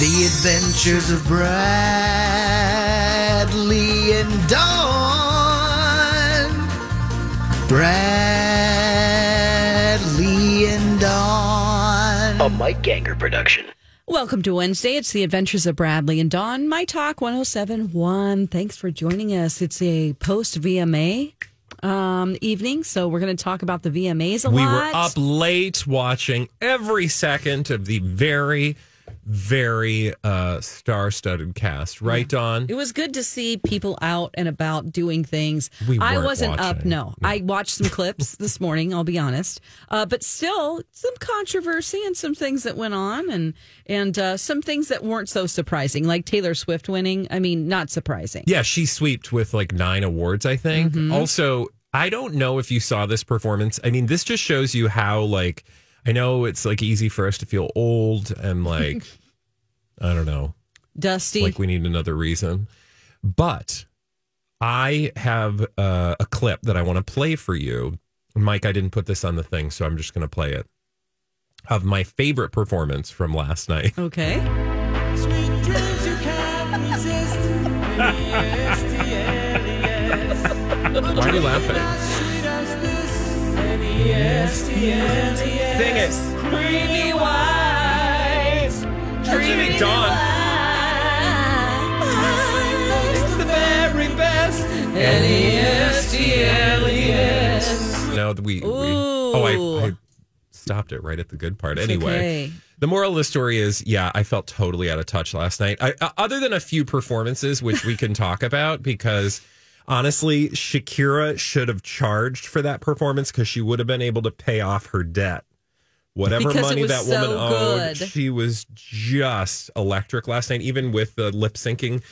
The Adventures of Bradley and Dawn. Bradley and Dawn. A Mike Ganger production. Welcome to Wednesday. It's the Adventures of Bradley and Dawn, My Talk 1071. Thanks for joining us. It's a post VMA um, evening, so we're going to talk about the VMAs a We lot. were up late watching every second of the very, very uh, star studded cast. Right, Don? It was good to see people out and about doing things. We I weren't wasn't up, watching. no. I watched some clips this morning, I'll be honest. Uh, but still, some controversy and some things that went on and, and uh, some things that weren't so surprising, like Taylor Swift winning. I mean, not surprising. Yeah, she sweeped with like nine awards, I think. Also, I don't know if you saw this performance. I mean, this just shows you how, like, I know it's like easy for us to feel old and like, I don't know. Dusty. like we need another reason. But I have uh, a clip that I want to play for you. Mike, I didn't put this on the thing, so I'm just going to play it of my favorite performance from last night. okay. Why are you laughing? Sing it. Dreamy Dawn. E No, we, we oh I, I Ooh. stopped it right at the good part. It's anyway. okay. The moral of the story is, yeah, I felt totally out of touch last night. I, uh, other than a few performances, which we can talk about, because honestly, Shakira should have charged for that performance because she would have been able to pay off her debt. Whatever Because it money was that woman so owed, good. she was just electric last night, even with the lip syncing,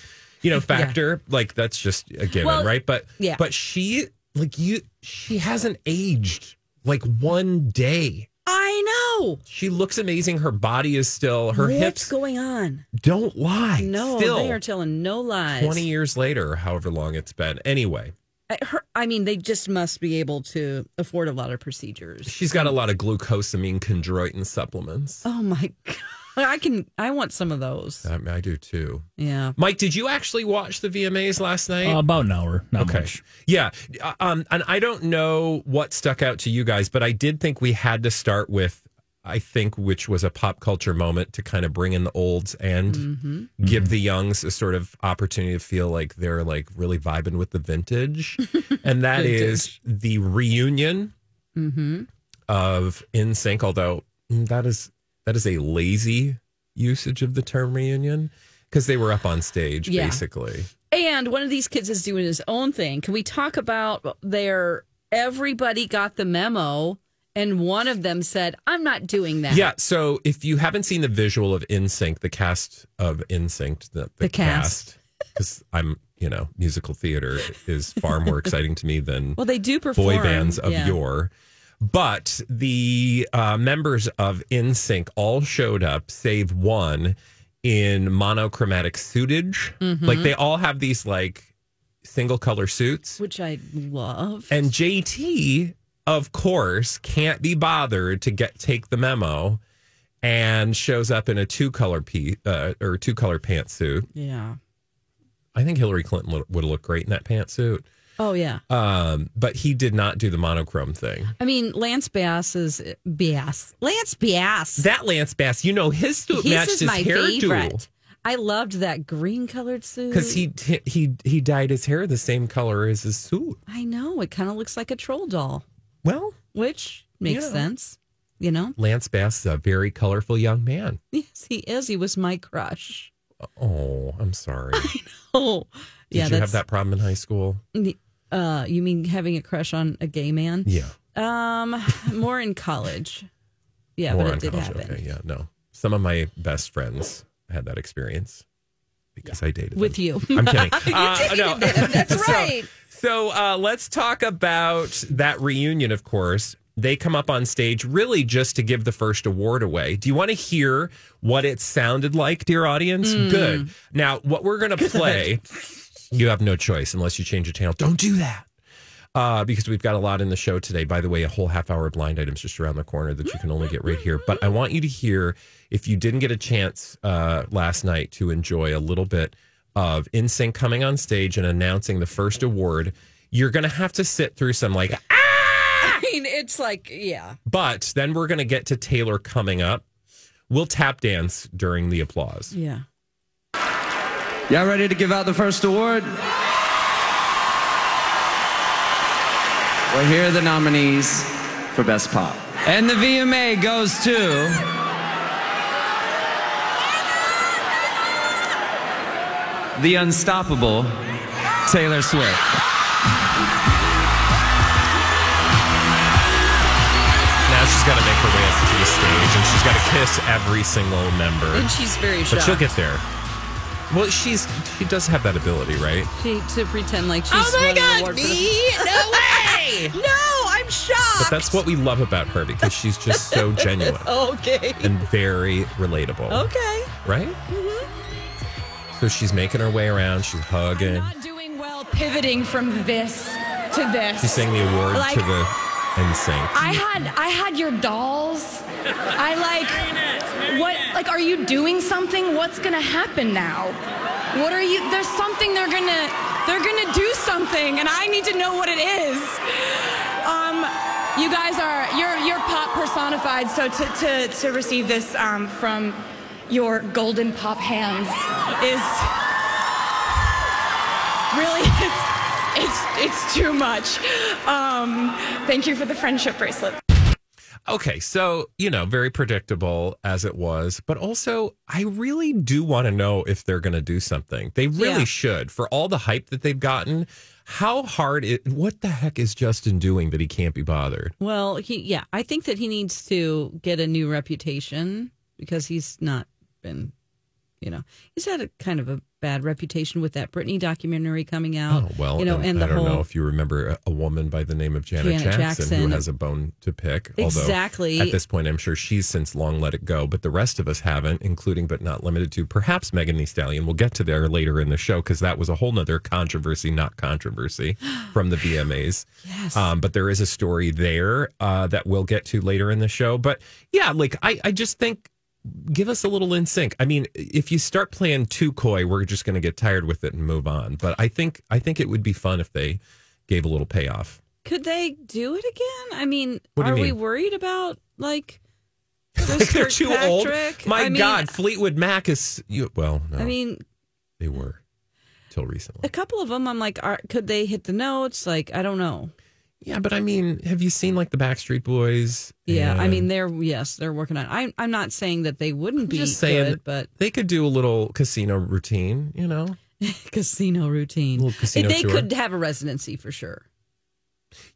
you know, factor. Like that's just a given, Well, right? But yeah. but she like you she hasn't aged like one day. I know. She looks amazing. Her body is still her What's hips going on? don't lie. No, still they are telling no lies. twenty years later, or however long it's been. Anyway, I, her, I mean, they just must be able to afford a lot of procedures. she's got a lot of glucosamine chondroitin supplements. Oh my god, I can. I want some of those. I, I do too. Yeah. Mike, did you actually watch the VMAs last night? Um, Uh, about an hour. Not Okay. much. Yeah. Uh, Um, and I don't know what stuck out to you guys, but I did think we had to start with, I think, which was a pop culture moment to kind of bring in the olds and Mm-hmm. give the youngs a sort of opportunity to feel like they're like really vibing with the vintage. and that is the reunion Mm-hmm. of In Sync, although mm, that is that is a lazy usage of the term reunion because they were up on stage Yeah. basically. And one of these kids is doing his own thing. Can we talk about their? Everybody got the memo, and one of them said, "I'm not doing that." Yeah. So if you haven't seen the visual of InSync, the cast of InSync, the, the, The cast. because I'm, you know, musical theater is far more exciting to me than Well, they do perform boy bands of Yeah. yore. But the uh, members of InSync all showed up, save one, in monochromatic suitage. Mm-hmm. Like they all have these like single color suits. which I love. And JT, of course, can't be bothered to get take the memo, and shows up in a two color piece uh, or two color pantsuit. yeah. I think Hillary Clinton would- would look great in that pantsuit. Oh yeah. Um, but he did not do the monochrome thing. I mean, Lance Bass is Bass. Lance Bass. That Lance Bass, you know, his suit His matched is his my hairdo. favorite. Mm. I loved that green colored suit. because he he he dyed his hair the same color as his suit. I know it kind of looks like a troll doll, Well, which makes Yeah. sense. You know, Lance Bass is a very colorful young man. yes, he is. He was my crush. Oh, I'm sorry. Oh, Did yeah. you have that problem in high school? that? Uh, you mean having a crush on a gay man? Yeah, Um, more in college. Yeah, more but on it did college. happen Okay, yeah, no. Some of my best friends had that experience because I dated with them. you. I'm kidding. Uh, dated no. him, that's So- right. So uh, let's talk about that reunion, of course. They come up on stage really just to give the first award away. Do you want to hear what it sounded like, dear audience? Good. Now, what we're going to play, you have no choice unless you change the channel. Don't do that. Uh, because we've got a lot in the show today. By the way, a whole half hour of blind items just around the corner that you can only get right here. But I want you to hear if you didn't get a chance uh, last night to enjoy a little bit of NSYNC coming on stage and announcing the first award, you're going to have to sit through some like, "Ah!" I mean, it's like yeah. but then we're going to get to Taylor coming up. We'll tap dance during the applause. Yeah. Y'all ready to give out the first award? Well, here are the nominees for Best Pop. And the VMA goes to. The unstoppable Taylor Swift. Now she's got to make her way up to the stage and she's got to kiss every single member. And she's very But shocked. she'll get there. Well, she's she does have that ability, right? she, to pretend like she's. Oh my god! Me? No way! no, I'm shocked. But that's what we love about her because she's just so genuine Okay. and very relatable. Okay. Mm-hmm. Right? So she's making her way around. She's hugging. Not doing well pivoting from this to this. She's saying the award Like- to the NSYNC. I had I had your dolls. I like what like are you doing something? What's gonna happen now? What are you there's something they're gonna they're gonna do something and I need to know what it is. Um you guys are you're you're pop personified, so to to, to receive this um, from your golden pop hands is really it's it's too much. Um, thank you for the friendship bracelet. Okay, so, you know, very predictable as it was, but also I really do want to know if they're going to do something. They really Yeah. should. For all the hype that they've gotten, how hard it what the heck is Justin doing that he can't be bothered? Well, he yeah, I think that he needs to get a new reputation because he's not been, you know, he's had a kind of a bad reputation with that Britney documentary coming out. Oh well, you know, and, the I don't whole know if you remember a, a woman by the name of Janet, Janet Jackson, who Jackson. has a bone to pick. Exactly. Although at this point, I'm sure she's since long let it go, but the rest of us haven't, including but not limited to perhaps Megan Thee Stallion. We'll get to there later in the show because that was a whole nother controversy, not controversy, from the VMAs. yes, Um, but there is a story there uh, that we'll get to later in the show. But yeah, like I, I just think give us a little in sync. I mean, if you start playing too coy, we're just going to get tired with it and move on. But I think I think it would be fun if they gave a little payoff. could they do it again? I mean, What do are you we mean? worried about like? Like they're Chris too old. Kirkpatrick? My I mean- God, Fleetwood Mac is you. Well, no, I mean, they were till recently. a couple of them. I'm like, are, could they hit the notes? Like, I don't know. Yeah, but I mean, have you seen like the Backstreet Boys? Yeah, I and- mean, they're yes, they're working on. it. I'm I'm not saying that they wouldn't be just saying- good, but they could do a little casino routine. You know. casino routine. Little casino they tour. could have a residency for sure.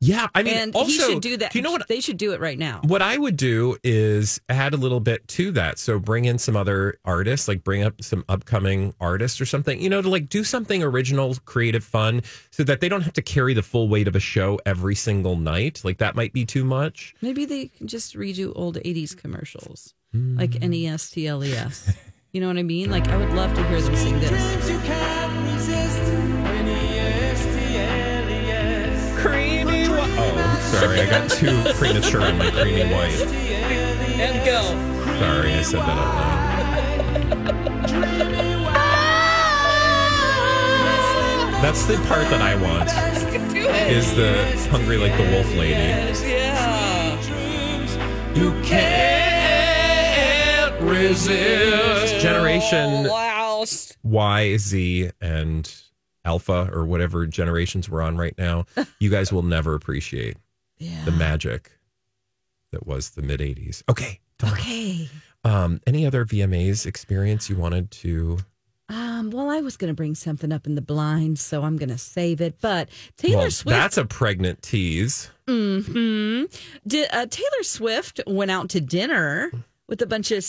Yeah, I mean, and also he should do that. you know what? They should do it right now. What I would do is add a little bit to that. So bring in some other artists, like bring up some upcoming artists or something, you know, to like do something original, creative, fun, so that they don't have to carry the full weight of a show every single night. Like that might be too much. Maybe they can just redo old 80s commercials, like Hmm. E NES, TLES. you know what I mean? Like, I would love to hear them sing this. Creamy white. Oh, sorry, I got too premature on my creamy white. And go. Sorry, I said that out loud. That's the part that I want. Is the hungry like the wolf lady? Yeah. You can't resist. Generation Wow. Y, Z, and Alpha or whatever generations we're on right now, you guys will never appreciate the magic that was the mid 80s. Okay. Dawn, Okay. Um, any other VMAs experience you wanted to? Um, well, I was going to bring something up in the blind, so I'm going to save it. But Taylor well, Swift. that's a pregnant tease. hmm Did, uh, Taylor Swift went out to dinner with a bunch of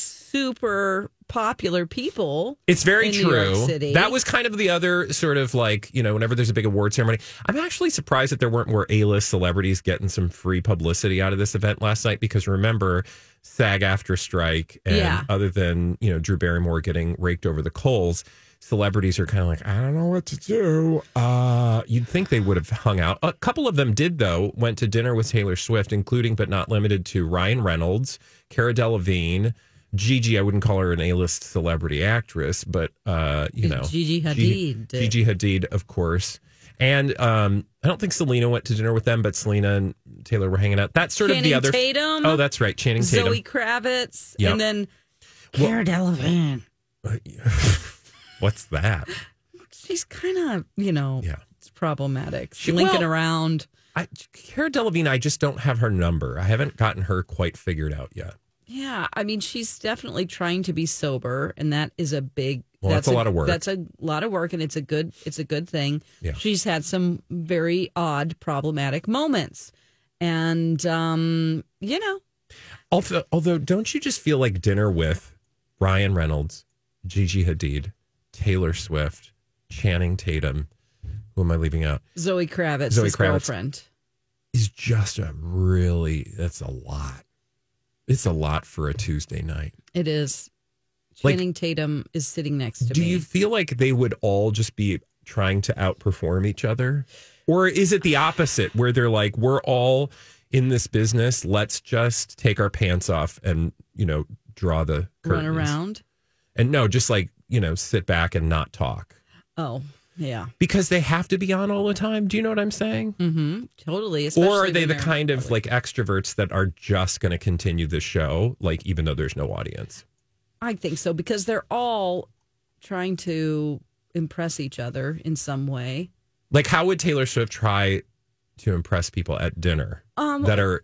super popular people. It's very in New York true. City. That was kind of the other sort of like, you know, whenever there's a big award ceremony. I'm actually surprised that there weren't more A list celebrities getting some free publicity out of this event last night because remember, SAG after strike, and Yeah. other than, you know, Drew Barrymore getting raked over the coals, celebrities are kind of like, I don't know what to do. Uh, you'd think they would have hung out. A couple of them did, though, went to dinner with Taylor Swift, including but not limited to Ryan Reynolds, Cara Delevingne. Gigi, I wouldn't call her an A-list celebrity actress, but uh, you know, Gigi Hadid. Gigi Hadid, of course. And um, I don't think Selena went to dinner with them, but Selena and Taylor were hanging out. That's sort of the Channing other. Tatum. Oh, that's right, Channing Tatum. Zoe Kravitz, Yep. and then Well- Cara Delevingne. What's that? She's kind of you know, Yeah. it's problematic. Linking well- around. I, Cara Delevingne, I just don't have her number. I haven't gotten her quite figured out yet. Yeah, I mean, she's definitely trying to be sober, and that is a big. Well, that's a lot of work. That's a lot of work, and it's a good. It's a good thing. Yeah. She's had some very odd, problematic moments, and um, you know, Although, although, don't you just feel like dinner with Ryan Reynolds, Gigi Hadid, Taylor Swift, Channing Tatum? Who am I leaving out? Zoe Kravitz, Zoe his Kravitz. girlfriend. Is just a really that's a lot. It's a lot for a Tuesday night. It is. Like- Channing Tatum is sitting next to Do me. you feel like they would all just be trying to outperform each other? Or is it the opposite where they're like, we're all in this business, let's just take our pants off and, you know, draw the run curtains. around? And no, just like, you know, sit back and not talk. Oh, yeah. Because they have to be on all the time. Do you know what I'm saying? Mm-hmm. Totally. or are especially they when the they're- kind of like extroverts that are just going to continue the show, like even though there's no audience? I think so because they're all trying to impress each other in some way. Like, how would Taylor Swift try to impress people at dinner Um, that are,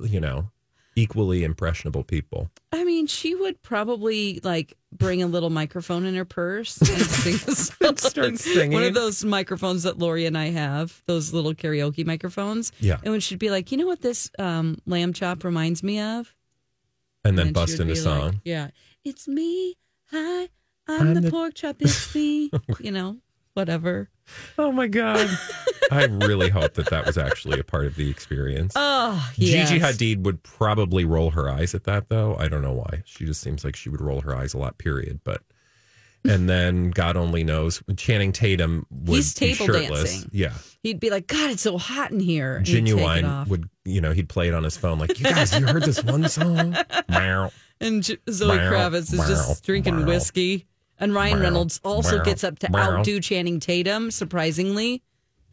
you know, equally impressionable people? I mean, she would probably like bring a little microphone in her purse and sing a song. start singing. One of those microphones that Lori and I have, those little karaoke microphones. Yeah. And when she'd be like, you know what this um, lamb chop reminds me of? And then she bust would into be like, song. yeah. It's me. Hi. I'm, I'm the, the- pork chop. It's me. you know, whatever. oh my God. I really hope that that was actually a part of the experience. Oh, Gigi yes. Hadid would probably roll her eyes at that, though. I don't know why. She just seems like she would roll her eyes a lot. Period. But and then God only knows. Channing Tatum would He's be table shirtless. dancing. Yeah, He'd be like, God, it's so hot in here. and he'd take it genuine off. would. You know, he'd play it on his phone. Like you guys, you heard this one song? Meow. And J- Zoe Meow, Kravitz is meow, just drinking meow. whiskey. And Ryan Meow, Reynolds also meow, gets up to meow. outdo Channing Tatum. Surprisingly,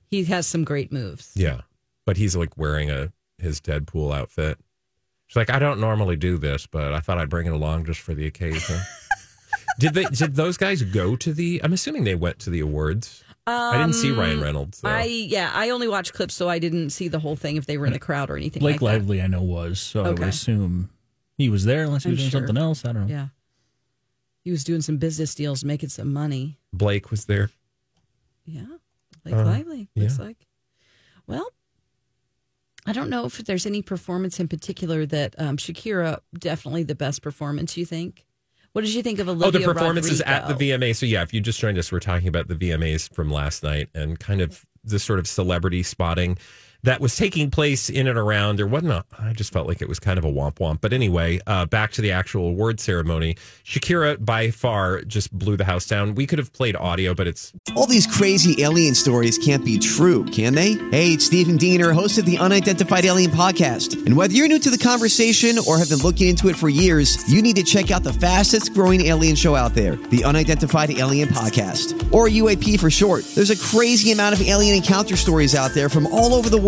he has some great moves. yeah, but he's like wearing a his Deadpool outfit. She's like, I don't normally do this, but I thought I'd bring it along just for the occasion. did they? Did those guys go to the? I'm assuming they went to the awards. I didn't see Ryan Reynolds. Though. Um, I yeah, I only watched clips, so I didn't see the whole thing if they were in the crowd or anything. Blake like Lively, I know was, so I Okay. would assume he was there unless he I'm was doing sure. something else. I That. don't know. Yeah, he was doing some business deals, making some money. Blake was there. Yeah, Blake Lively looks Uh, yeah. like. Well, I don't know if there's any performance in particular that um, Shakira definitely the best performance. You think? What did you think of Olivia? oh, the performances at the Rodrigo? VMA. So yeah, if you just joined us, we're talking about the VMAs from last night and kind of the sort of celebrity spotting that was taking place in and around. There wasn't a. I just felt like it was kind of a womp womp. But anyway, uh, back to the actual award ceremony. Shakira by far just blew the house down. We could have played audio, but it's All these crazy alien stories can't be true, can they? Hey, it's Stephen Diener, host of the Unidentified Alien Podcast. And whether you're new to the conversation or have been looking into it for years, you need to check out the fastest growing alien show out there, the Unidentified Alien Podcast, or UAP for short. There's a crazy amount of alien encounter stories out there from all over the world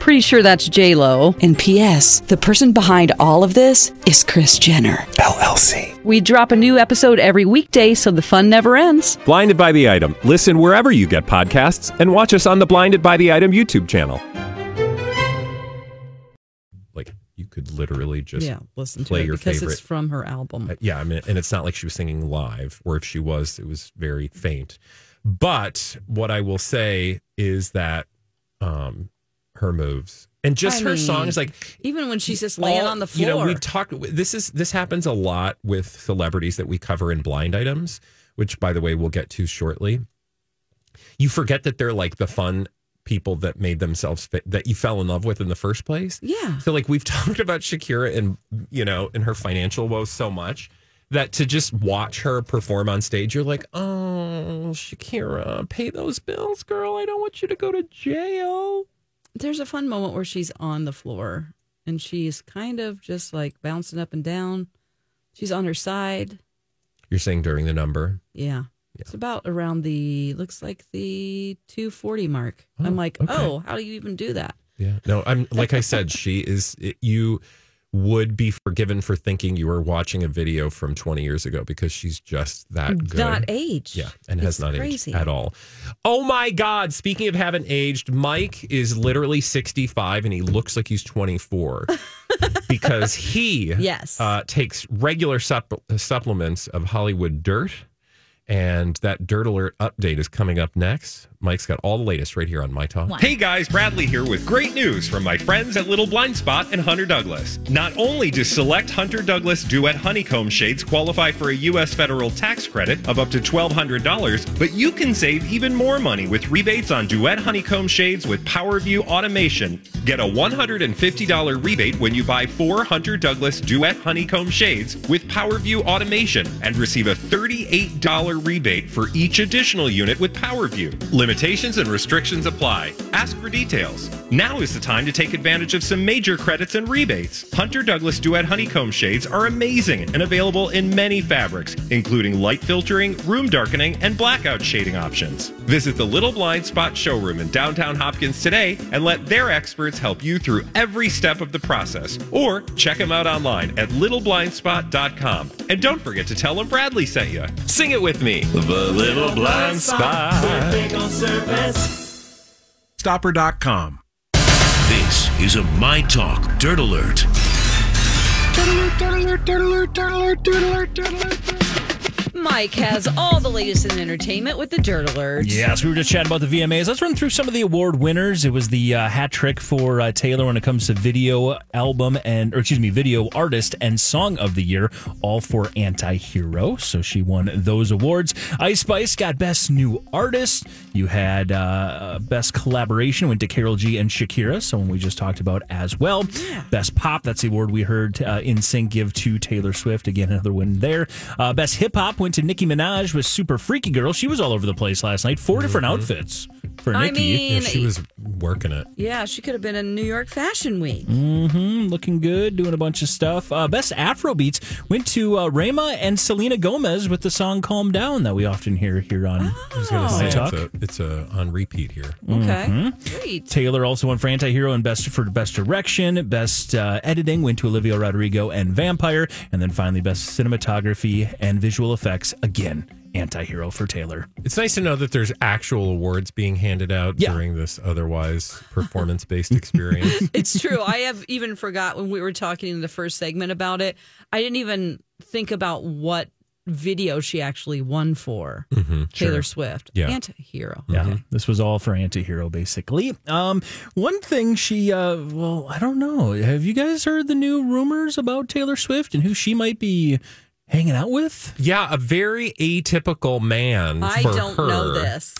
Pretty sure that's J Lo. And P.S. The person behind all of this is Chris Jenner. LLC. We drop a new episode every weekday, so the fun never ends. Blinded by the Item. Listen wherever you get podcasts and watch us on the Blinded by the Item YouTube channel. Like, you could literally just yeah, listen play to it your because favorite. it's from her album. Uh, yeah, I mean, and it's not like she was singing live, or if she was, it was very faint. But what I will say is that um her moves and just I her mean, songs, like Even when she's just laying all- on the You floor. know, we talked. This is this happens a lot with celebrities that we cover in blind items, which, by the way, we'll get to shortly. You forget that they're like the fun people that made themselves fa- that you fell in love with in the first place. yeah. So like we've talked about Shakira and you know and her financial woes so much that to just watch her perform on stage, you're like, oh, Shakira, pay those bills, girl. I don't want you to go to jail. There's a fun moment where she's on the floor and she's kind of just like bouncing up and down. She's on her side. You're saying during the number. Yeah. It's about around the looks like the 240 mark. I'm like, okay. oh, how do you even do that? Yeah. No, I'm like I said, she is. It, you would be forgiven for thinking you were watching a video from 20 years ago because she's just that good. Not age. Yeah, and has It's not crazy. aged at all. Oh my God! Speaking of haven't aged, Mike is literally sixty-five, and he looks like he's twenty-four because he Yes. uh, takes regular sup- supplements of Hollywood Dirt, and that Dirt Alert update is coming up next. Mike's got all the latest right here on My Talk. Hey guys, Bradley here with great news from my friends at Little Blind Spot and Hunter Douglas. Not only do select Hunter Douglas Duet Honeycomb Shades qualify for a U.S. federal tax credit of up to $1,200, but you can save even more money with rebates on Duet Honeycomb Shades with PowerView Automation. Get a $150 rebate when you buy four Hunter Douglas Duet Honeycomb Shades with PowerView Automation and receive a $38 rebate for each additional unit with PowerView. Limitations and restrictions apply. Ask for details. Now is the time to take advantage of some major credits and rebates. Hunter Douglas Duet Honeycomb Shades are amazing and available in many fabrics, including light filtering, room darkening, and blackout shading options. Visit the Little Blind Spot showroom in downtown Hopkins today and let their experts help you through every step of the process. Or check them out online at littleblindspot.com. And don't forget to tell them Bradley sent you. Sing it with me. The Little Blind Spot. Stopper.com. This is a My Talk Dirt Alert. Mike has all the latest in entertainment with the Dirt Alert. Yes, we were just chatting about the VMAs. Let's run through some of the award winners. It was the uh, hat trick for uh, Taylor when it comes to video album and, or excuse me, video artist and song of the year, all for Anti Hero. So she won those awards. Ice Spice got Best New Artist. You had uh, Best Collaboration went to Carol G and Shakira, someone we just talked about as well. Best Pop, that's the award we heard uh, in sync give to Taylor Swift. Again, another win there. Uh, Best Hip Hop went to Nicki Minaj with Super Freaky Girl. She was all over the place last night. 4 different outfits for Mm-hmm. I Nicki. Yeah, mean, she was working it. yeah, she could have been in New York Fashion Week. Mm-hmm. Mm, looking good, doing a bunch of stuff. Uh, best Afro beats went to uh, Rema and Selena Gomez with the song "Calm Down" that we often hear here on. I was going to Oh. say Talk. it's a, it's a on repeat here. Okay. Great. Taylor also won for anti-hero and best for best direction. Best uh, editing went to Olivia Rodrigo and Vampire, and then finally best cinematography and visual effects again. Anti-hero for Taylor. It's nice to know that there's actual awards being handed out Yeah. during this otherwise performance based experience. It's true. I have even forgot when we were talking in the first segment about it. I didn't even think about what video she actually won for Taylor Swift. Mm-hmm. Yeah. Anti-hero. Yeah, Okay. this was all for anti-hero basically. Um, one thing she, uh, well, I don't know. Have you guys heard the new rumors about Taylor Swift and who she might be hanging out with? yeah, a very atypical man. I for don't her. know this.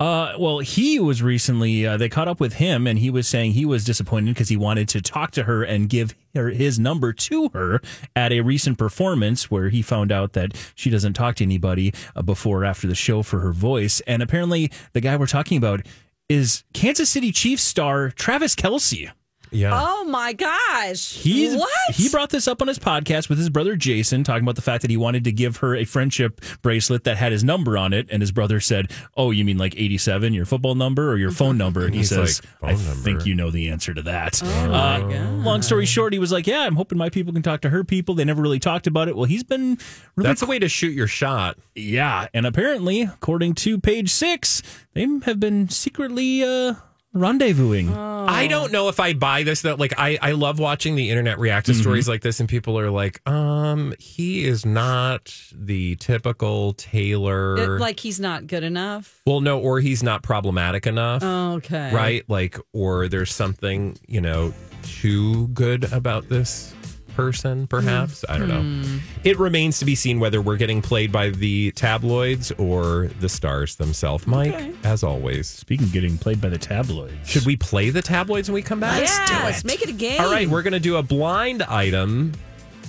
Uh, well, he was recently, uh, they caught up with him and he was saying he was disappointed because he wanted to talk to her and give her his number to her at a recent performance where he found out that she doesn't talk to anybody uh, before or after the show for her voice. And apparently, the guy we're talking about is Kansas City Chiefs star Travis Kelsey. Yeah. Oh my gosh. He's what? he brought this up on his podcast with his brother Jason, talking about the fact that he wanted to give her a friendship bracelet that had his number on it, and his brother said, "Oh, you mean like eighty-seven, your football number or your phone number?" And he He's says, like, "I "Phone number." think you know the answer to that." Oh my uh, long story short, he was like, "Yeah, I'm hoping my people can talk to her people. They never really talked about it." Well, he's been really That's a way to shoot your shot. yeah, and apparently, according to page six, they have been secretly uh, rendezvousing. Oh. I don't know if I buy this though. Like I, I love watching the internet react to stories like this, and people are like, um, he is not the typical It- Taylor. like he's not good enough. well, no, or he's not problematic enough, Oh, Okay. right? Like, or there's something you know too good about this person, perhaps. Mm. I don't Hmm. know. It remains to be seen whether we're getting played by the tabloids or the stars themselves. Mike, as always, Speaking of getting played by the tabloids, should we play the tabloids when we come back? yes. Make it a game. All right, we're going to do a blind item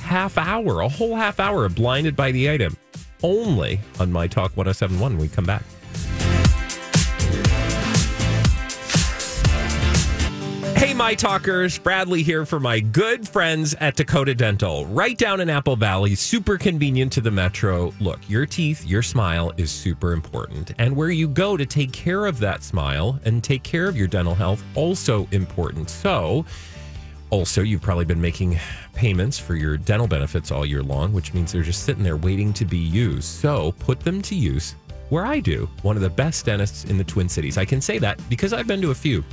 half hour, a whole half hour of blinded by the item only on My Talk 1071 when we come back. Hey, my talkers, Bradley here for my good friends at Dakota Dental, right down in Apple Valley, super convenient to the metro. Look, your teeth, your smile is super important. And where you go to take care of that smile and take care of your dental health, also important. So, also, you've probably been making payments for your dental benefits all year long, which means they're just sitting there waiting to be used. So put them to use where I do, one of the best dentists in the Twin Cities. I can say that because I've been to a few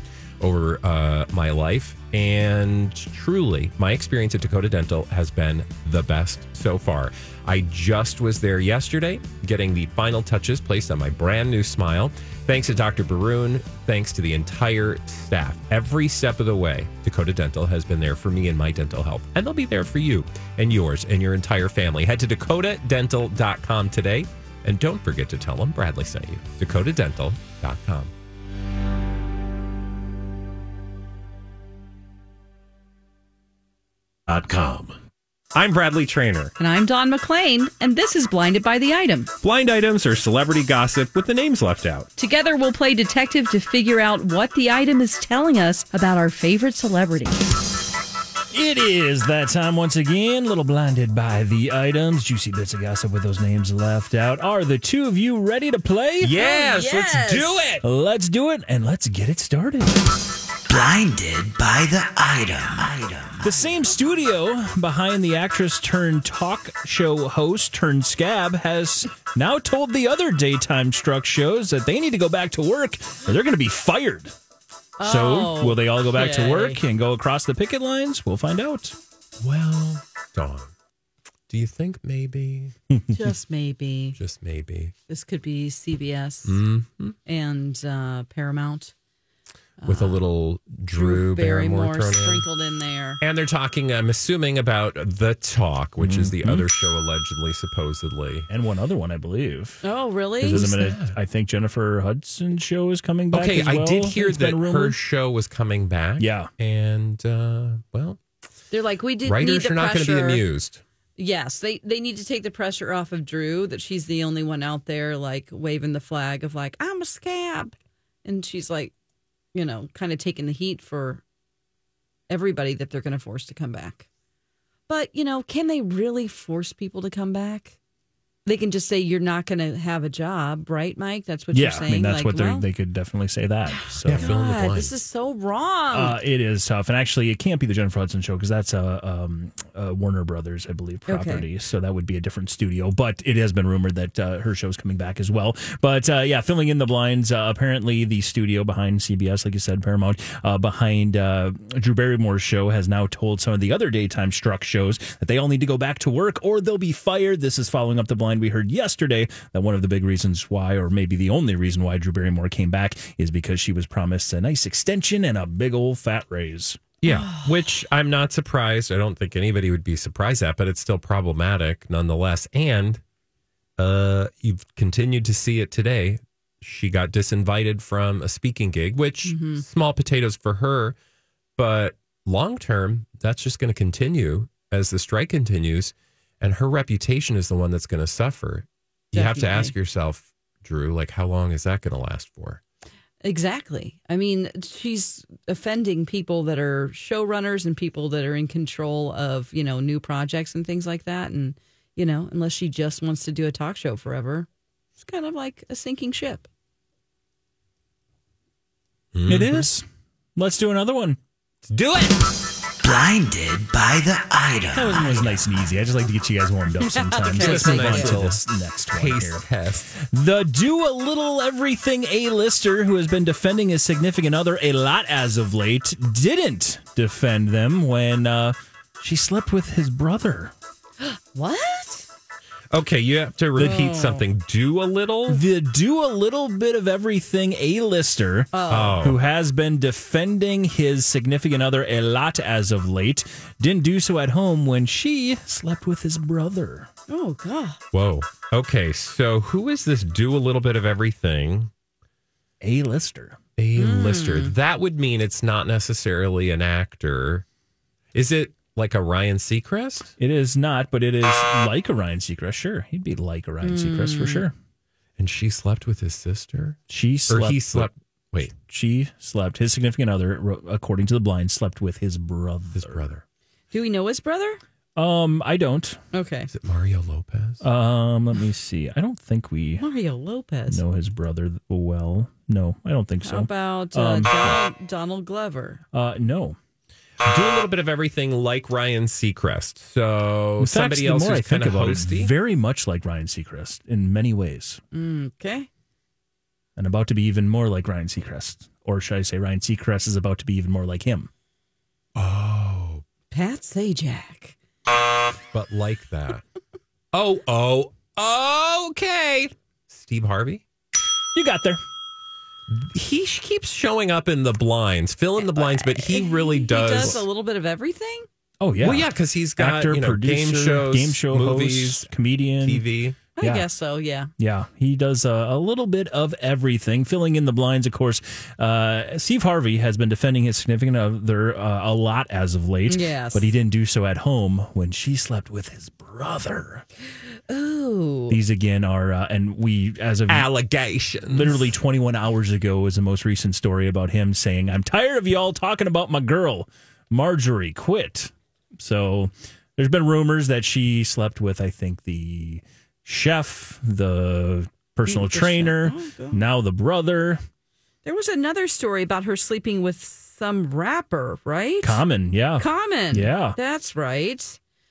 over uh, my life. And truly, my experience at Dakota Dental has been the best so far. I just was there yesterday getting the final touches placed on my brand new smile. Thanks to Dr. Baroon. Thanks to the entire staff. Every step of the way, Dakota Dental has been there for me and my dental health. And they'll be there for you and yours and your entire family. Head to dakotadental.com today. And don't forget to tell them Bradley sent you. dakotadental.com. .com. I'm Bradley Trainer. And I'm Don McClain, and this is Blinded by the Item. Blind items or celebrity gossip with the names left out. Together, we'll play detective to figure out what the item is telling us about our favorite celebrity. It is that time once again. Little blinded by the items, juicy bits of gossip with those names left out. Are the two of you ready to play? Yes, Oh, yes. let's do it. Let's do it and let's get it started. Blinded by the item. The same studio behind the actress turned talk show host turned scab has now told the other daytime struck shows that they need to go back to work or they're going to be fired. Oh, so, will they all go back to okay. work and go across the picket lines? We'll find out. Well, Dawn, do you think maybe, Just maybe. just maybe, This could be CBS mm-hmm. and uh, Paramount. with a little Drew, Barrymore, thrown in? sprinkled in there. And they're talking, I'm assuming, about The Talk, which is Mm-hmm. the other show allegedly, supposedly. And one other one, I believe. Oh, really? Because in a minute, I think Jennifer Hudson's show is coming back. Okay, as well. I did hear It's that been her rumored. show was coming back. Yeah. And, uh, well, They're like, we did need writers the are not going to be pressure. amused. Yes, they they need to take the pressure off of Drew that she's the only one out there like waving the flag of like I'm a scab, and she's like, you know, kind of taking the heat for everybody that they're going to force to come back. But you know, can they really force people to come back? They can just say you're not going to have a job, right, Mike? That's what you're yeah, I saying. mean that's like, what they're, well, they could definitely say that. So. Yeah, fill in the God, blank. this is so wrong. Uh, it is tough, and actually, it can't be the Jennifer Hudson show because that's a, um, a Warner Brothers, I believe, Okay. property. So that would be a different studio. But it has been rumored that uh, her show is coming back as well. But uh, yeah, filling in the blinds. Uh, apparently, the studio behind CBS, like you said, Paramount, uh, behind uh, Drew Barrymore's show, has now told some of the other daytime struck shows that they all need to go back to work or they'll be fired. This is following up the blind we heard yesterday that one of the big reasons why, or maybe the only reason why, Drew Barrymore came back is because she was promised a nice extension and a big old fat raise. Yeah, which I'm not surprised. I don't think anybody would be surprised at, but it's still problematic nonetheless. And uh, you've continued to see it today. she got disinvited from a speaking gig, which small potatoes for her, but long term, that's just going to continue as the strike continues, and her reputation is the one that's going to suffer. You have to Definitely. ask yourself, Drew, like how long is that going to last for? Exactly. I mean, she's offending people that are showrunners and people that are in control of, you know, new projects and things like that. And, you know, unless she just wants to do a talk show forever, it's kind of like a sinking ship. It is. Let's do another one. Do it. Blinded by the item. That was, was nice and easy. I just like to get you guys warmed up sometimes. Okay, Let's move thank on you. to this next one here. Pace test. The do a little everything A lister who has been defending his significant other a lot as of late didn't defend them when uh, she slept with his brother. What? Okay, you have to repeat something. Do a little. The do a little bit of everything A lister who has been defending his significant other a lot as of late didn't do so at home when she slept with his brother. Oh, God. Whoa. Okay, so who is this? Do a little bit of everything. A lister. A lister. That would mean it's not necessarily an actor. Is it like a Ryan Seacrest? It is not, but it is like a Ryan Seacrest. Sure, he'd be like a Hmm. Ryan Seacrest for sure. And she slept with his sister? She slept. or he slept. Wait, She slept. His significant other, ro- according to the blind, slept with his brother. his brother. Do we know his brother? Um, I don't. Okay. Is it Mario Lopez? Um, let me see. I don't think we Mario Lopez. know his brother well. No, I don't think How so. about uh, Um, Don- Donald Glover? Uh, no. Uh, Do a little bit of everything like Ryan Seacrest. So In fact, Oh, somebody the else more I who's think kind of about it, hosty. very much like Ryan Seacrest in many ways, Mm, Okay. and about to be even more like Ryan Seacrest. Or should I say, Ryan Seacrest is about to be even more like him? oh, Pat Sajak. but like that. oh, oh, okay. Steve Harvey? You got there. He sh- keeps showing up in the blinds, fill in the blinds, but he really does. Uh, He does a little bit of everything? Oh yeah. Well, yeah, because he's got Actor, you know, producer, game shows, game show movies, host, comedian, TV. I Yeah. guess so, yeah. Yeah, he does uh, a, a little bit of everything, filling in the blinds. Of course, uh, Steve Harvey has been defending his significant other uh, a lot as of late. Yes. but he didn't do so at home when she slept with his brother. Ooh. These again are, uh, and we as of Allegations. literally 21 hours ago was the most recent story about him saying, "I'm tired of y'all talking about my girl, Marjorie. Quit." So there's been rumors that she slept with, I think, the chef, the personal The chef. trainer, Oh, God. now the brother. There was another story about her sleeping with some rapper, right? Common, yeah. Common. Yeah. That's right.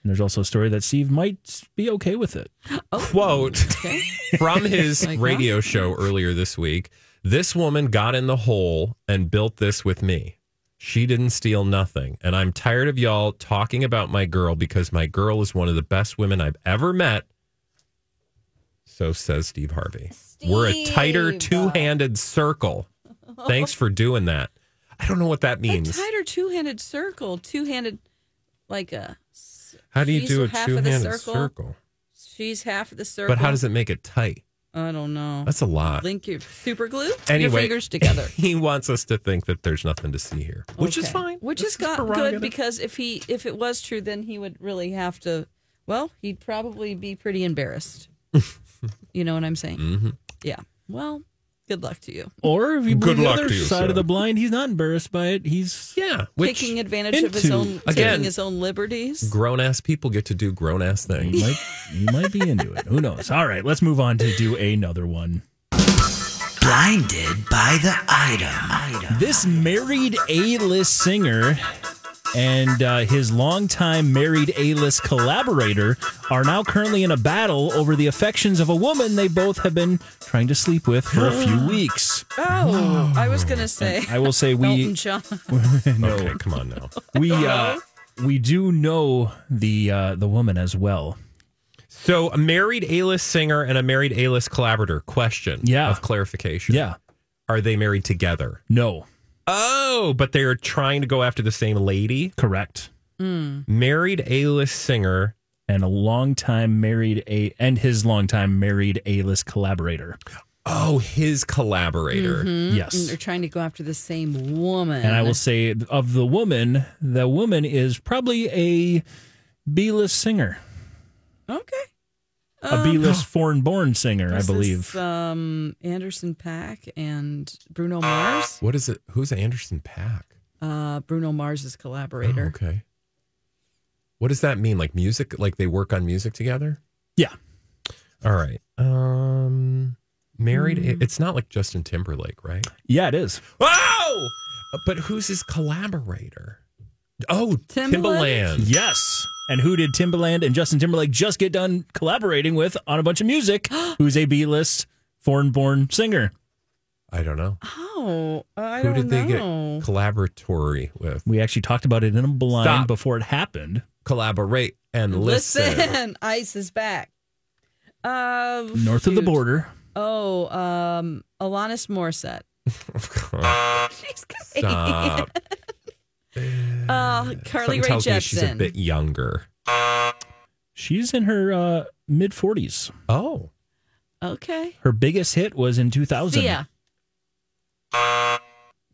And there's also a story that Steve might be okay with it. quote Okay. from his Like, radio show earlier this week. This woman got in the hole and built this with me. She didn't steal nothing. And I'm tired of y'all talking about my girl because my girl is one of the best women I've ever met. So says Steve Harvey. We're a tighter Steve. two handed circle. Thanks for doing that. I don't know what that A means. tighter two handed circle, two handed, like uh, a. How do you she's do a half two of the handed circle? circle? She's half of the circle. But how does it make it tight? I don't know. That's a lot. Link your super glue anyway, your fingers together. He wants us to think that there's nothing to see here, which is Okay. fine. Which That's is his go- good prerogative. because if he if it was true, then he would really have to. Well, he'd probably be pretty embarrassed. you know what I'm saying? Mm-hmm. Yeah. Well, good luck to you. Or if you Good believe the luck other to you, side sir. of the blind, he's not embarrassed by it. He's yeah, which taking advantage of his into- own Again. taking his own liberties. grown ass people get to do grown ass you things. might you might be into it. Who knows? All right, let's move on to do another one. Blinded by the item. This married A-list singer and uh, his longtime married A-list collaborator are now currently in a battle over the affections of a woman they both have been trying to sleep with for a few weeks. Oh, I was gonna say I will say Elton we John. no, Okay, come on now. we uh, we do know the uh, the woman as well. So, a married A list singer and a married A list collaborator. Question Yeah. of clarification. Yeah, Are they married together? no, Oh, but they are trying to go after the same lady. correct. Married A list singer. And a longtime married a and his longtime married A-list collaborator. Oh, his collaborator. Mhm. Yes. And they're trying to go after the same woman. And I will say of the woman, the woman is probably a B list singer, okay. a B list foreign born singer, I Um, This believe. is, um, Anderson Pack and Bruno Mars. What is it? Who's Anderson Pack? Uh, Bruno Mars's collaborator. okay. What does that mean? Like music? Like they work on music together? Yeah. All right. Um, married. Hmm. It's not like Justin Timberlake, right? Yeah, it is. Oh, but who's his collaborator? Oh, Timbaland? Timbaland. Yes. And who did Timbaland and Justin Timberlake just get done collaborating with on a bunch of music? Who's a B list foreign born singer? I don't know. Oh, I Who don't did they get know. collaboratory with? We actually talked about it in a blind Stop. before it happened. Collaborate and listen. Listen. Ice is back. Uh, North of the shoot. border. Oh, um, Alanis Morissette. She's great. Stop. Uh, Carly Something Rae tells me she's a Jepsen. bit younger. She's in her uh, mid 40s. Oh, okay. Her biggest hit was in 2000. Thea.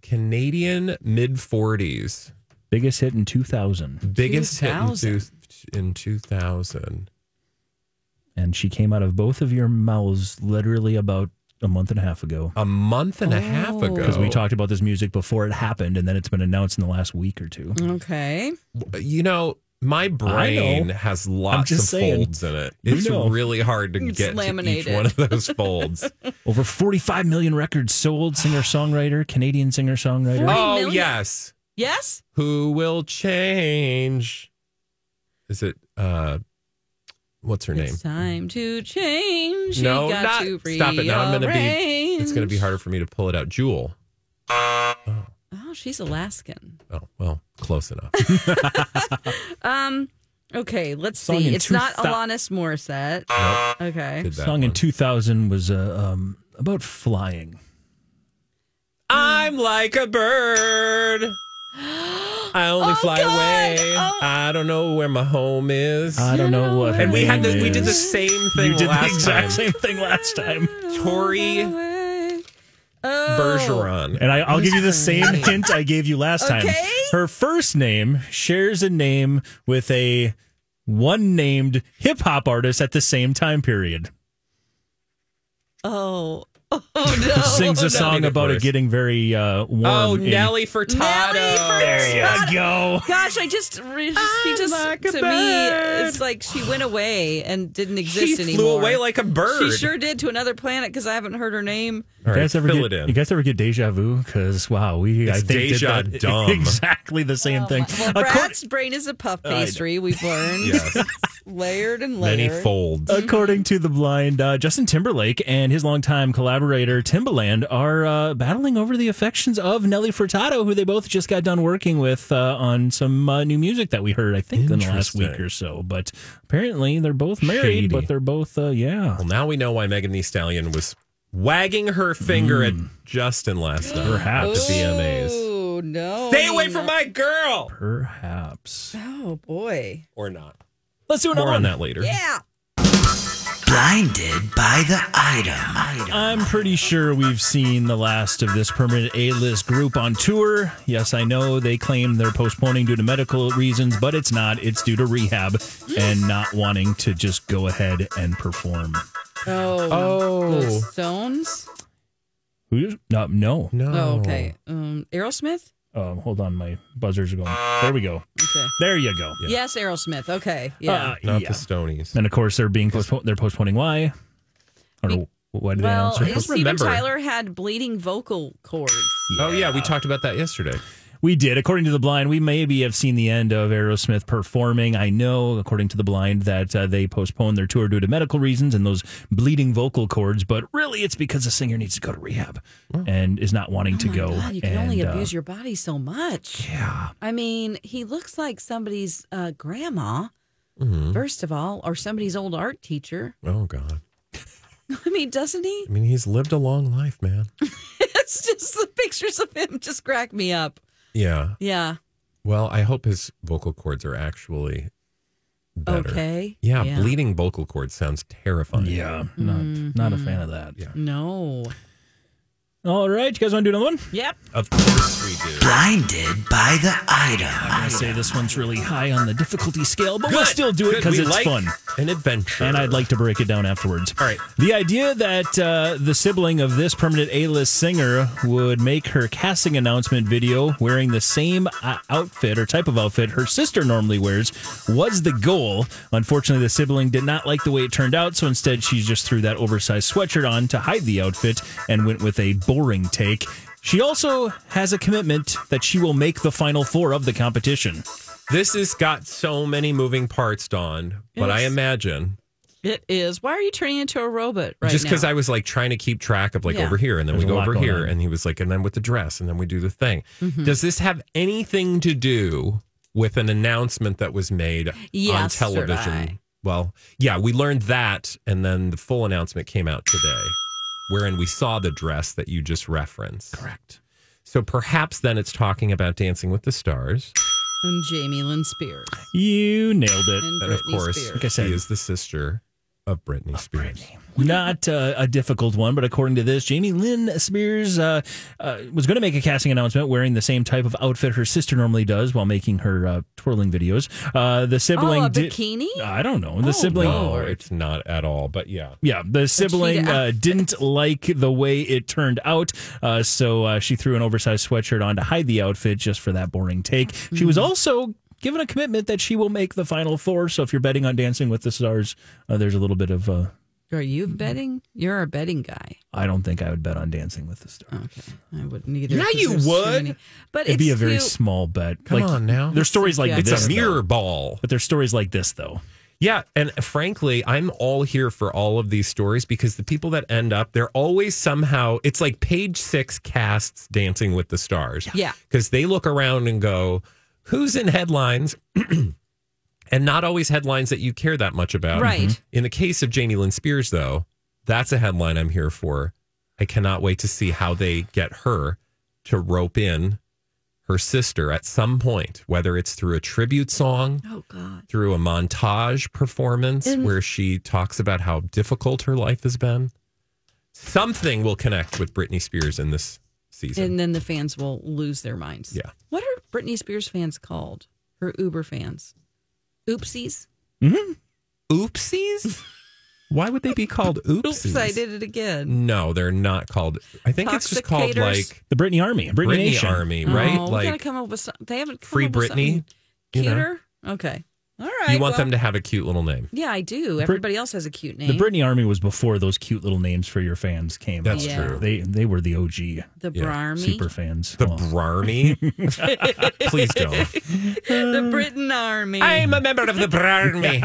Canadian mid forties. Biggest hit in 2000. Biggest hit in, two, in 2000. And she came out of both of your mouths literally about a month and a half ago. A month and a half ago. Oh. Because we talked about this music before it happened, and then it's been announced in the last week or two. Okay. You know, my brain has lots of just saying. folds in it. You It's know. really hard to It's get to each laminated. one of those folds. Over 45 million records sold, singer songwriter, Canadian singer songwriter. Forty oh, million? yes. Yes. Who will change? Is it, uh, what's her name? It's time to change. No, you got not- to stop it. Now I'm gonna be- It's going to be rearrange. harder for me to pull it out. Jewel. Oh, she's Alaskan. Oh, well, close enough. Um. Okay. Let's Song see. in It's not 2000 Alanis Morissette. Nope, Okay. did that Song in one. 2000 was uh, um, about flying. I'm like a bird. I only Oh, fly God. away. Oh. I don't know where my home is. I don't know what. and we had name the, we did the is. same thing You did the last exact time. same thing last time. Tori Oh. Bergeron. And I, I'll give you the same hint I gave you last time. Okay. Her first name shares a name with a one named hip hop artist at the same time period. Oh. Oh no. Sings a no. song about it getting very uh, warm. Oh, in- Nelly Furtado. Nelly Furtado. There you go. Gosh, I just, re- just she just like a to bird. me it's like she went away and didn't exist She anymore. flew away like a bird. She sure did to another planet because I haven't heard her name. All You right, guys, ever fill get, it in. you guys ever get deja vu? Because wow, we I It's think did deja that- dumb. exactly the same thing. Oh, Well, Accor- Brat's brain is a puff know. pastry. We've learned Yes. layered and Many layered. folds. According to the blind, uh, Justin Timberlake and his longtime collaborator Timbaland are uh, battling over the affections of Nelly Furtado, who they both just got done working with uh, on some uh, new music that we heard, I think, in the last week Interesting. or so. But apparently, they're both married, Shady. but they're both, uh, yeah, Well, now we know why Megan Thee Stallion was wagging her finger at Justin last night. at Mm. Perhaps. the VMAs. Oh no! Stay away from my girl. perhaps. Oh boy! Or not. Let's do another More one. on that later. Yeah. Blinded by the item. I'm pretty sure we've seen the last of this permanent A list group on tour. Yes, I know they claim they're postponing due to medical reasons, but it's not. It's due to rehab and not wanting to just go ahead and perform. Oh. Oh. The Stones. Who's no? uh, no. No. Oh, okay. Um, Aerosmith. Oh, hold on, my buzzers are going. There we go. Okay. There you go. Yes, Aerosmith. Okay. Yeah. Uh, Not yeah. the Stonies. And of course, they're being postponed. They're postponing why? I don't know. Why did well, they announce it? don't Steven remember. Tyler had bleeding vocal cords. Oh yeah, we talked about that yesterday. We did. According to the blind, we maybe have seen the end of Aerosmith performing. I know, according to the blind, that uh, they postponed their tour due to medical reasons and those bleeding vocal cords, but really it's because the singer needs to go to rehab and is not wanting to oh my go. God, you can and, only uh, abuse your body so much. Yeah. I mean, he looks like somebody's uh, grandma, first of all, or somebody's old art teacher. Oh god. I mean, doesn't he? I mean, he's lived a long life, man. It's just the pictures of him just crack me up. Yeah. Yeah. Well, I hope his vocal cords are actually better. Okay. Yeah, Yeah. bleeding vocal cords sounds terrifying. Yeah, not Mm-hmm. not a fan of that. No. All right, you guys want to do another one? Yep. Of course we do. Blinded by the I'm gonna item. say this one's really high on the difficulty scale, but we'll Good. still do it Good. because We it's like fun. An adventure. And I'd like to break it down afterwards. All right. The idea that uh, the sibling of this permanent A list singer would make her casting announcement video wearing the same uh, outfit or type of outfit her sister normally wears was the goal. Unfortunately, the sibling did not like the way it turned out, so instead she just threw that oversized sweatshirt on to hide the outfit and went with a boring take. She also has a commitment that she will make the final four of the competition. This has got so many moving parts, Dawn, but I Yes. imagine It is. Why are you turning into a robot right just now? because I was like trying to keep track of like Yeah. over here and then There's we a go lot over going here on. and he was like and then with the dress and then we do the thing. Mm-hmm. Does this have anything to do with an announcement that was made on Yesterday. television? Well, yeah, we learned that and then the full announcement came out today wherein we saw the dress that you just referenced. Correct. So perhaps then it's talking about Dancing with the Stars. And Jamie Lynn Spears. You nailed it. And, And of Britney course, Spears. Like I said- she is the sister of Britney Spears. Not uh, a difficult one, but according to this, Jamie Lynn Spears uh, uh, was going to make a casting announcement wearing the same type of outfit her sister normally does while making her uh, twirling videos. Uh, the sibling Oh, a did- bikini? Uh, I don't know. The Oh, sibling. No, it's not at all. But yeah, Yeah, the sibling uh, didn't like the way it turned out, uh, so uh, she threw an oversized sweatshirt on to hide the outfit just for that boring take. She Hmm. was also given a commitment that she will make the final four. So if you're betting on Dancing with the Stars, uh, there's a little bit of. Uh, Are you betting? You're a betting guy. I don't think I would bet on Dancing with the Stars. Okay. I wouldn't either. Yeah, 'cause you there's too would. many- But It'd it's be a very cute. small bet. Come like, on now. There's stories like It's it's this. a mirror though. ball. But there's stories like this, though. Yeah, and frankly, I'm all here for all of these stories because the people that end up, they're always somehow. It's like page six casts Dancing with the Stars. Yeah. because they look around and go, "Who's in headlines?" and not always headlines that you care that much about. Right. Mhm. In the case of Jamie Lynn Spears, though, that's a headline I'm here for. I cannot wait to see how they get her to rope in her sister at some point, whether it's through a tribute song Oh, God. through a montage performance And- where she talks about how difficult her life has been. Something will connect with Britney Spears in this season. And then the fans will lose their minds. Yeah. What are Britney Spears fans called? Her Uber fans? Oopsies? oopsies? Why would they be called oopsies? Oops, I did it again. No, they're not called. I think it's just called Toxicators? like The Brittany Army, Brittany, Britney Nation. Army, right? Oh, we gotta like come up with some, they haven't come Free up with Britney, something you know. Cuter? Okay. All right. you want well- them to have a cute little name. Yeah, I do. Everybody else has a cute name. The Brittany Army was before those cute little names for your fans came. That's out. Yeah. true. They they were the OG the yeah, Brarmy. super fans. The Well, Brarmy. Please don't. Mm. the Britain Army. I'm a member of the Brarmy.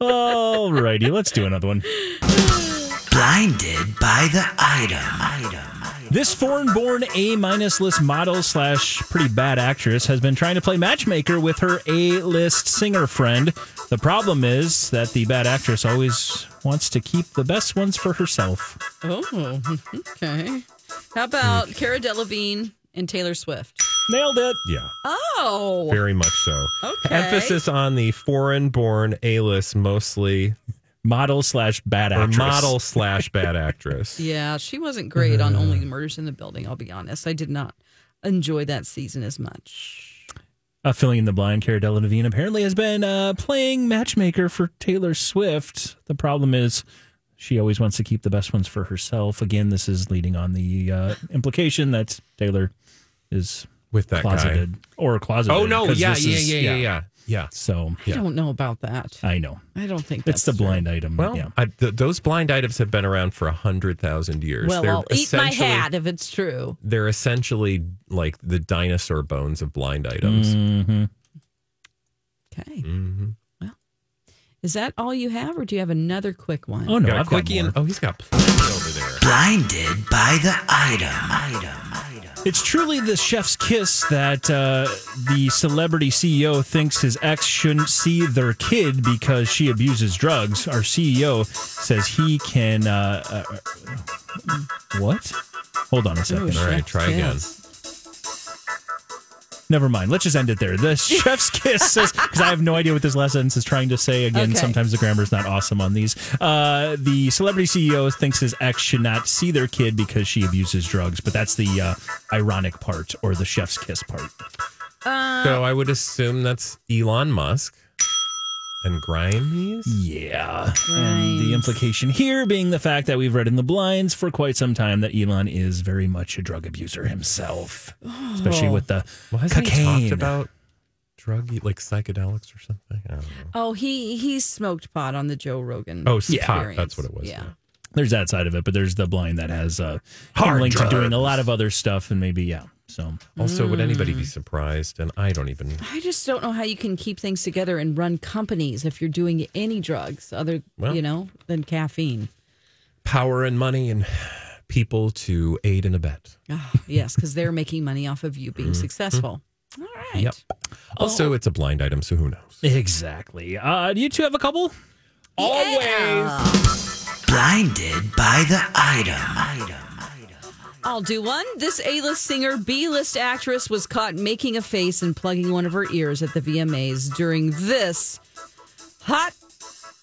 All righty, let's do another one. Blinded by the item. Item. This foreign-born A minus list model slash pretty bad actress has been trying to play matchmaker with her A list singer friend. The problem is that the bad actress always wants to keep the best ones for herself. Oh, okay. How about Cara Delevingne and Taylor Swift? Nailed it. Yeah. Oh, Very much so. Okay. Emphasis on the foreign born A list mostly, Model slash bad or actress. model slash bad actress. yeah, she wasn't great on Only Murders in the Building. I'll be honest, I did not enjoy that season as much. uh, filling in the blind, Cara Delevingne apparently has been uh, playing matchmaker for Taylor Swift. The problem is she always wants to keep the best ones for herself. Again, this is leading on the uh, implication that Taylor is With that guy. closeted or closeted. Oh, no. 'cause Yeah, this yeah, is- yeah, yeah, yeah. Yeah. So I don't know about that. I know I don't think it's that's the true. blind item. Well, yeah. I, th- those blind items have been around for 100,000 years. Well, I'll eat my essentially- hat if it's true. They're essentially like the dinosaur bones of blind items. Mhm. Okay. Mm-hmm. Well, is that all you have, or do you have another quick one? Oh no, Got a I've got quickie more. and- oh, he's got plenty over there. Blinded by the item. Item. Item. It's truly the chef's kiss that uh, the celebrity CEO thinks his ex shouldn't see their kid because she abuses drugs. Our CEO says he can. Uh, uh, uh, what? Hold on a second. All right, Chef's try again. kiss. Never mind. Let's just end it there. The chef's kiss says, because I have no idea what this last sentence is trying to say. Again, Okay. sometimes the grammar is not awesome on these. Uh, the celebrity CEO thinks his ex should not see their kid because she abuses drugs, but that's the uh, ironic part or the chef's kiss part. Uh, so I would assume that's Elon Musk and Grimes. Yeah. And the implication here being the fact that we've read in the blinds for quite some time that Elon is very much a drug abuser himself, especially with the Well, hasn't he cocaine. talked about drug like psychedelics or something? I don't know. Oh, he he smoked pot on the Joe Rogan. Oh, yeah, Experience. that's what it was. Yeah. Yeah. there's that side of it, but there's the blind that has uh, Hard linked to doing drugs. a lot of other stuff, and maybe yeah. So Also, would anybody be surprised? And I don't even. I just don't know how you can keep things together and run companies if you're doing any drugs other, Well. you know, than caffeine. Power and money and people to aid and abet. Ah, yes, because they're making money off of you being successful. All right. Mm-hmm. Yep. Oh. Also, it's a blind item, so who knows? exactly. Uh, do you two have a couple? Always. Blinded by the item. I'll do one. This A list singer, B list actress was caught making a face and plugging one of her ears at the VMAs during this hot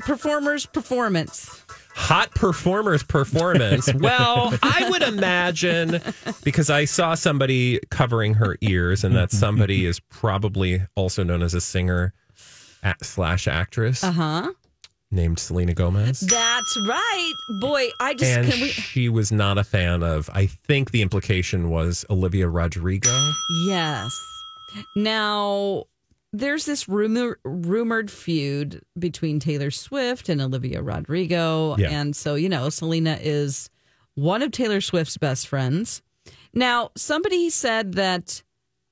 performer's performance. hot performer's performance. well, I would imagine because I saw somebody covering her ears, and that somebody is probably also known as a singer at, slash actress Uh huh. named Selena Gomez. That's right. Boy, I just And can we. she was not a fan of, I think the implication was Olivia Rodrigo. Yes. Now there's this rumor rumored feud between Taylor Swift and Olivia Rodrigo. Yeah. And so, you know, Selena is one of Taylor Swift's best friends. Now, somebody said that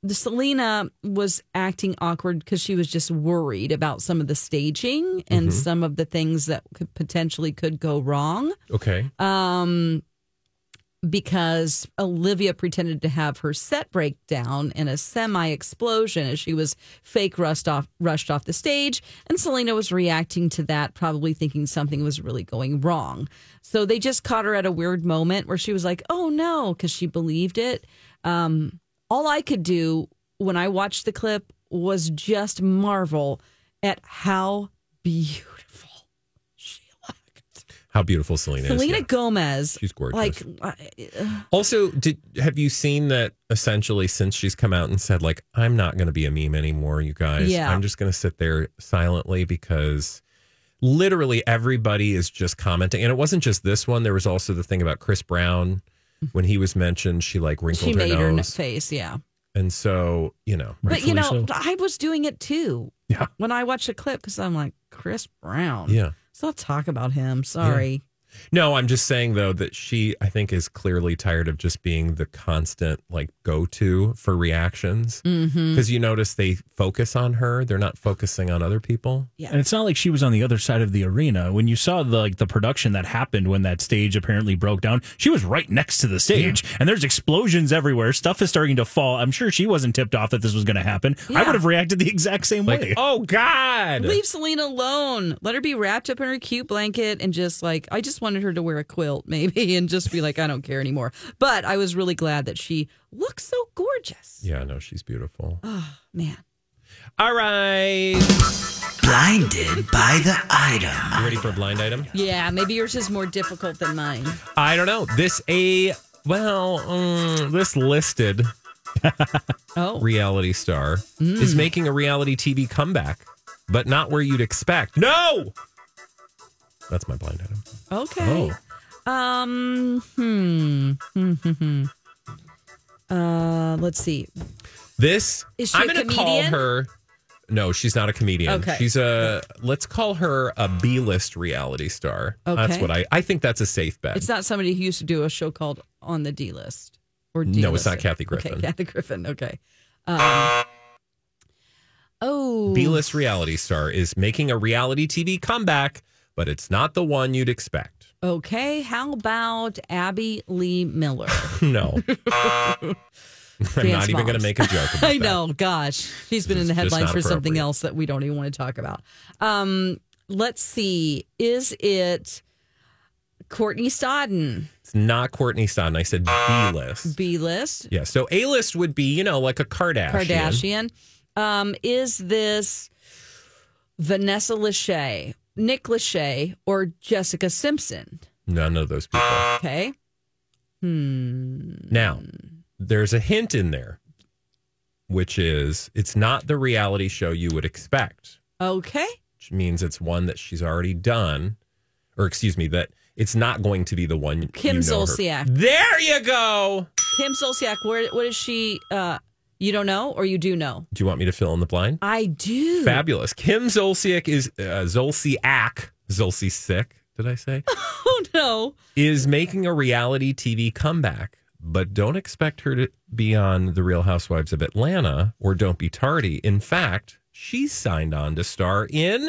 the Selena was acting awkward because she was just worried about some of the staging and some of the things that could potentially could go wrong Okay. because Olivia pretended to have her set breakdown in a semi explosion as she was fake rushed off rushed off the stage and Selena was reacting to that probably thinking something was really going wrong. So they just caught her at a weird moment where she was like, "Oh no," cuz she believed it. Um all I could do when I watched the clip was just marvel at how beautiful she looked. How beautiful Selena, is. Selena yeah. Gomez. She's gorgeous. Like uh, Also, did have you seen that essentially since she's come out and said like I'm not going to be a meme anymore, you guys. Yeah. I'm just going to sit there silently because literally everybody is just commenting. And it wasn't just this one, there was also the thing about Chris Brown when he was mentioned, Mm-hmm. she like wrinkled she her made her n- nose. face yeah and so, you know, but you know Rightfully so. i was doing it too Yeah. when i watched the clip because i'm like chris brown yeah. so I'll talk about him sorry No, I'm just saying though that she I think is clearly tired of just being the constant like go-to for reactions. mm-hmm. Cuz you notice they focus on her, they're not focusing on other people. And it's not like she was on the other side of the arena. When you saw the like the production that happened when that stage apparently broke down, she was right next to the stage, and there's explosions everywhere. Stuff is starting to fall. I'm sure she wasn't tipped off that this was going to happen. I Yeah. would have reacted the exact same Like, way. "Oh god." leave selena alone let her be wrapped up in her cute blanket and just like i just wanted her to wear a quilt maybe and just be like i don't care anymore but i was really glad that she looks so gorgeous Yeah, no, she's beautiful. oh man All right. Blinded by the item. You ready for a blind item? yeah maybe yours is more difficult than mine I don't know. This a well, mm, this listed oh Mm. reality star is making a reality TV comeback, but not where you'd expect. No. That's my blind item. Oh. Okay. Um. Hmm. Hmm. hmm, hmm. Uh. Let's see. This Is she I'm a going to call comedian? her no, she's not a comedian. Okay. She's a let's call her a B-list reality star. That's Okay. what I I think that's a safe bet. It's not somebody who used to do a show called On the D List or D. No, it's not Kathy Griffin. Okay, Kathy Griffin. Okay. Um, oh. B-list reality star is making a reality TV comeback, but it's not the one you'd expect. Okay. How about Abby Lee Miller? No. I'm Dance not even going to moms. make a joke about I know. Gosh, she's been This in the is just headlines not for something appropriate. else that we don't even want to talk about. Um, let's see. Is it Courtney Stodden? It's not Courtney Stodden. I said B list. B list. Yeah. So A list would be, you know, like a Kardashian. Kardashian. Um, is this Vanessa Lachey, Nick Lachey, or Jessica Simpson? None of those people. Okay. Hmm. Now, there's a hint in there, which is it's not the reality show you would expect, Okay. which means it's one that she's already done, or excuse me, that it's not going to be the one. Kim you know her- Zolciak. There you go. Kim Solsiak, where what is she uh you don't know or you do know? Do you want me to fill in the blind? I do. Fabulous. Kim Zolciak is uh, Zolciak. Zolciak. Did I say? Oh no. is making a reality TV comeback, but don't expect her to be on The Real Housewives of Atlanta or Don't Be Tardy. In fact, she's signed on to star in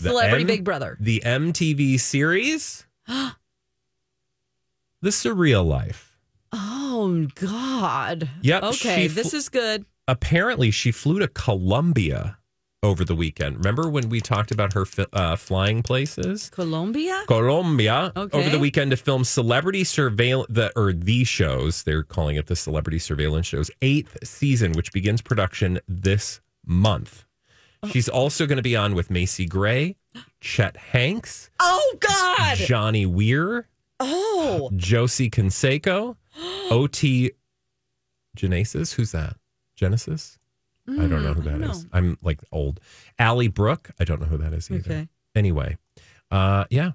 the Celebrity M- Big Brother. the MTV series The Surreal Life. Oh god. Yep, Okay, she this fl- is good. Apparently, she flew to Colombia over the weekend. Remember when we talked about her fi- uh, flying places? Colombia? Colombia Okay. over the weekend to film celebrity surveil the or the shows they're calling it the celebrity surveillance shows eighth season, which begins production this month. Oh. She's also going to be on with Macy Gray, Chet Hanks, Oh god. Johnny Weir, Oh. Josie Canseco, Ot Genesis. Who's that? Genesis. I don't know who Mm, I that don't is. know. I'm like old. Allie Brooke. I don't know who that is either. Okay. Anyway, uh, yeah.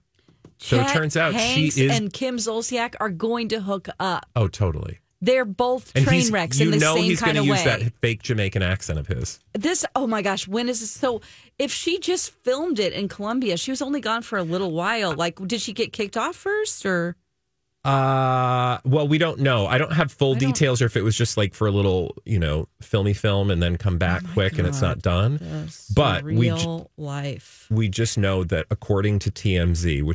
So it Chet turns out she Hanks is. and Kim Zolciak are going to hook up. oh, totally. They're both And train he's- wrecks you in the know same he's kind gonna of way. use that fake Jamaican accent of his. This oh my gosh, when is this so if she just filmed it in Colombia, she was only gone for a little while. Like did she get kicked off first or Uh, well, we don't know. I don't have full I don't- details, or if it was just like for a little, you know, filmy film and then come Oh back quick and it's not done. But we j- real life. We just know that according to TMZ, which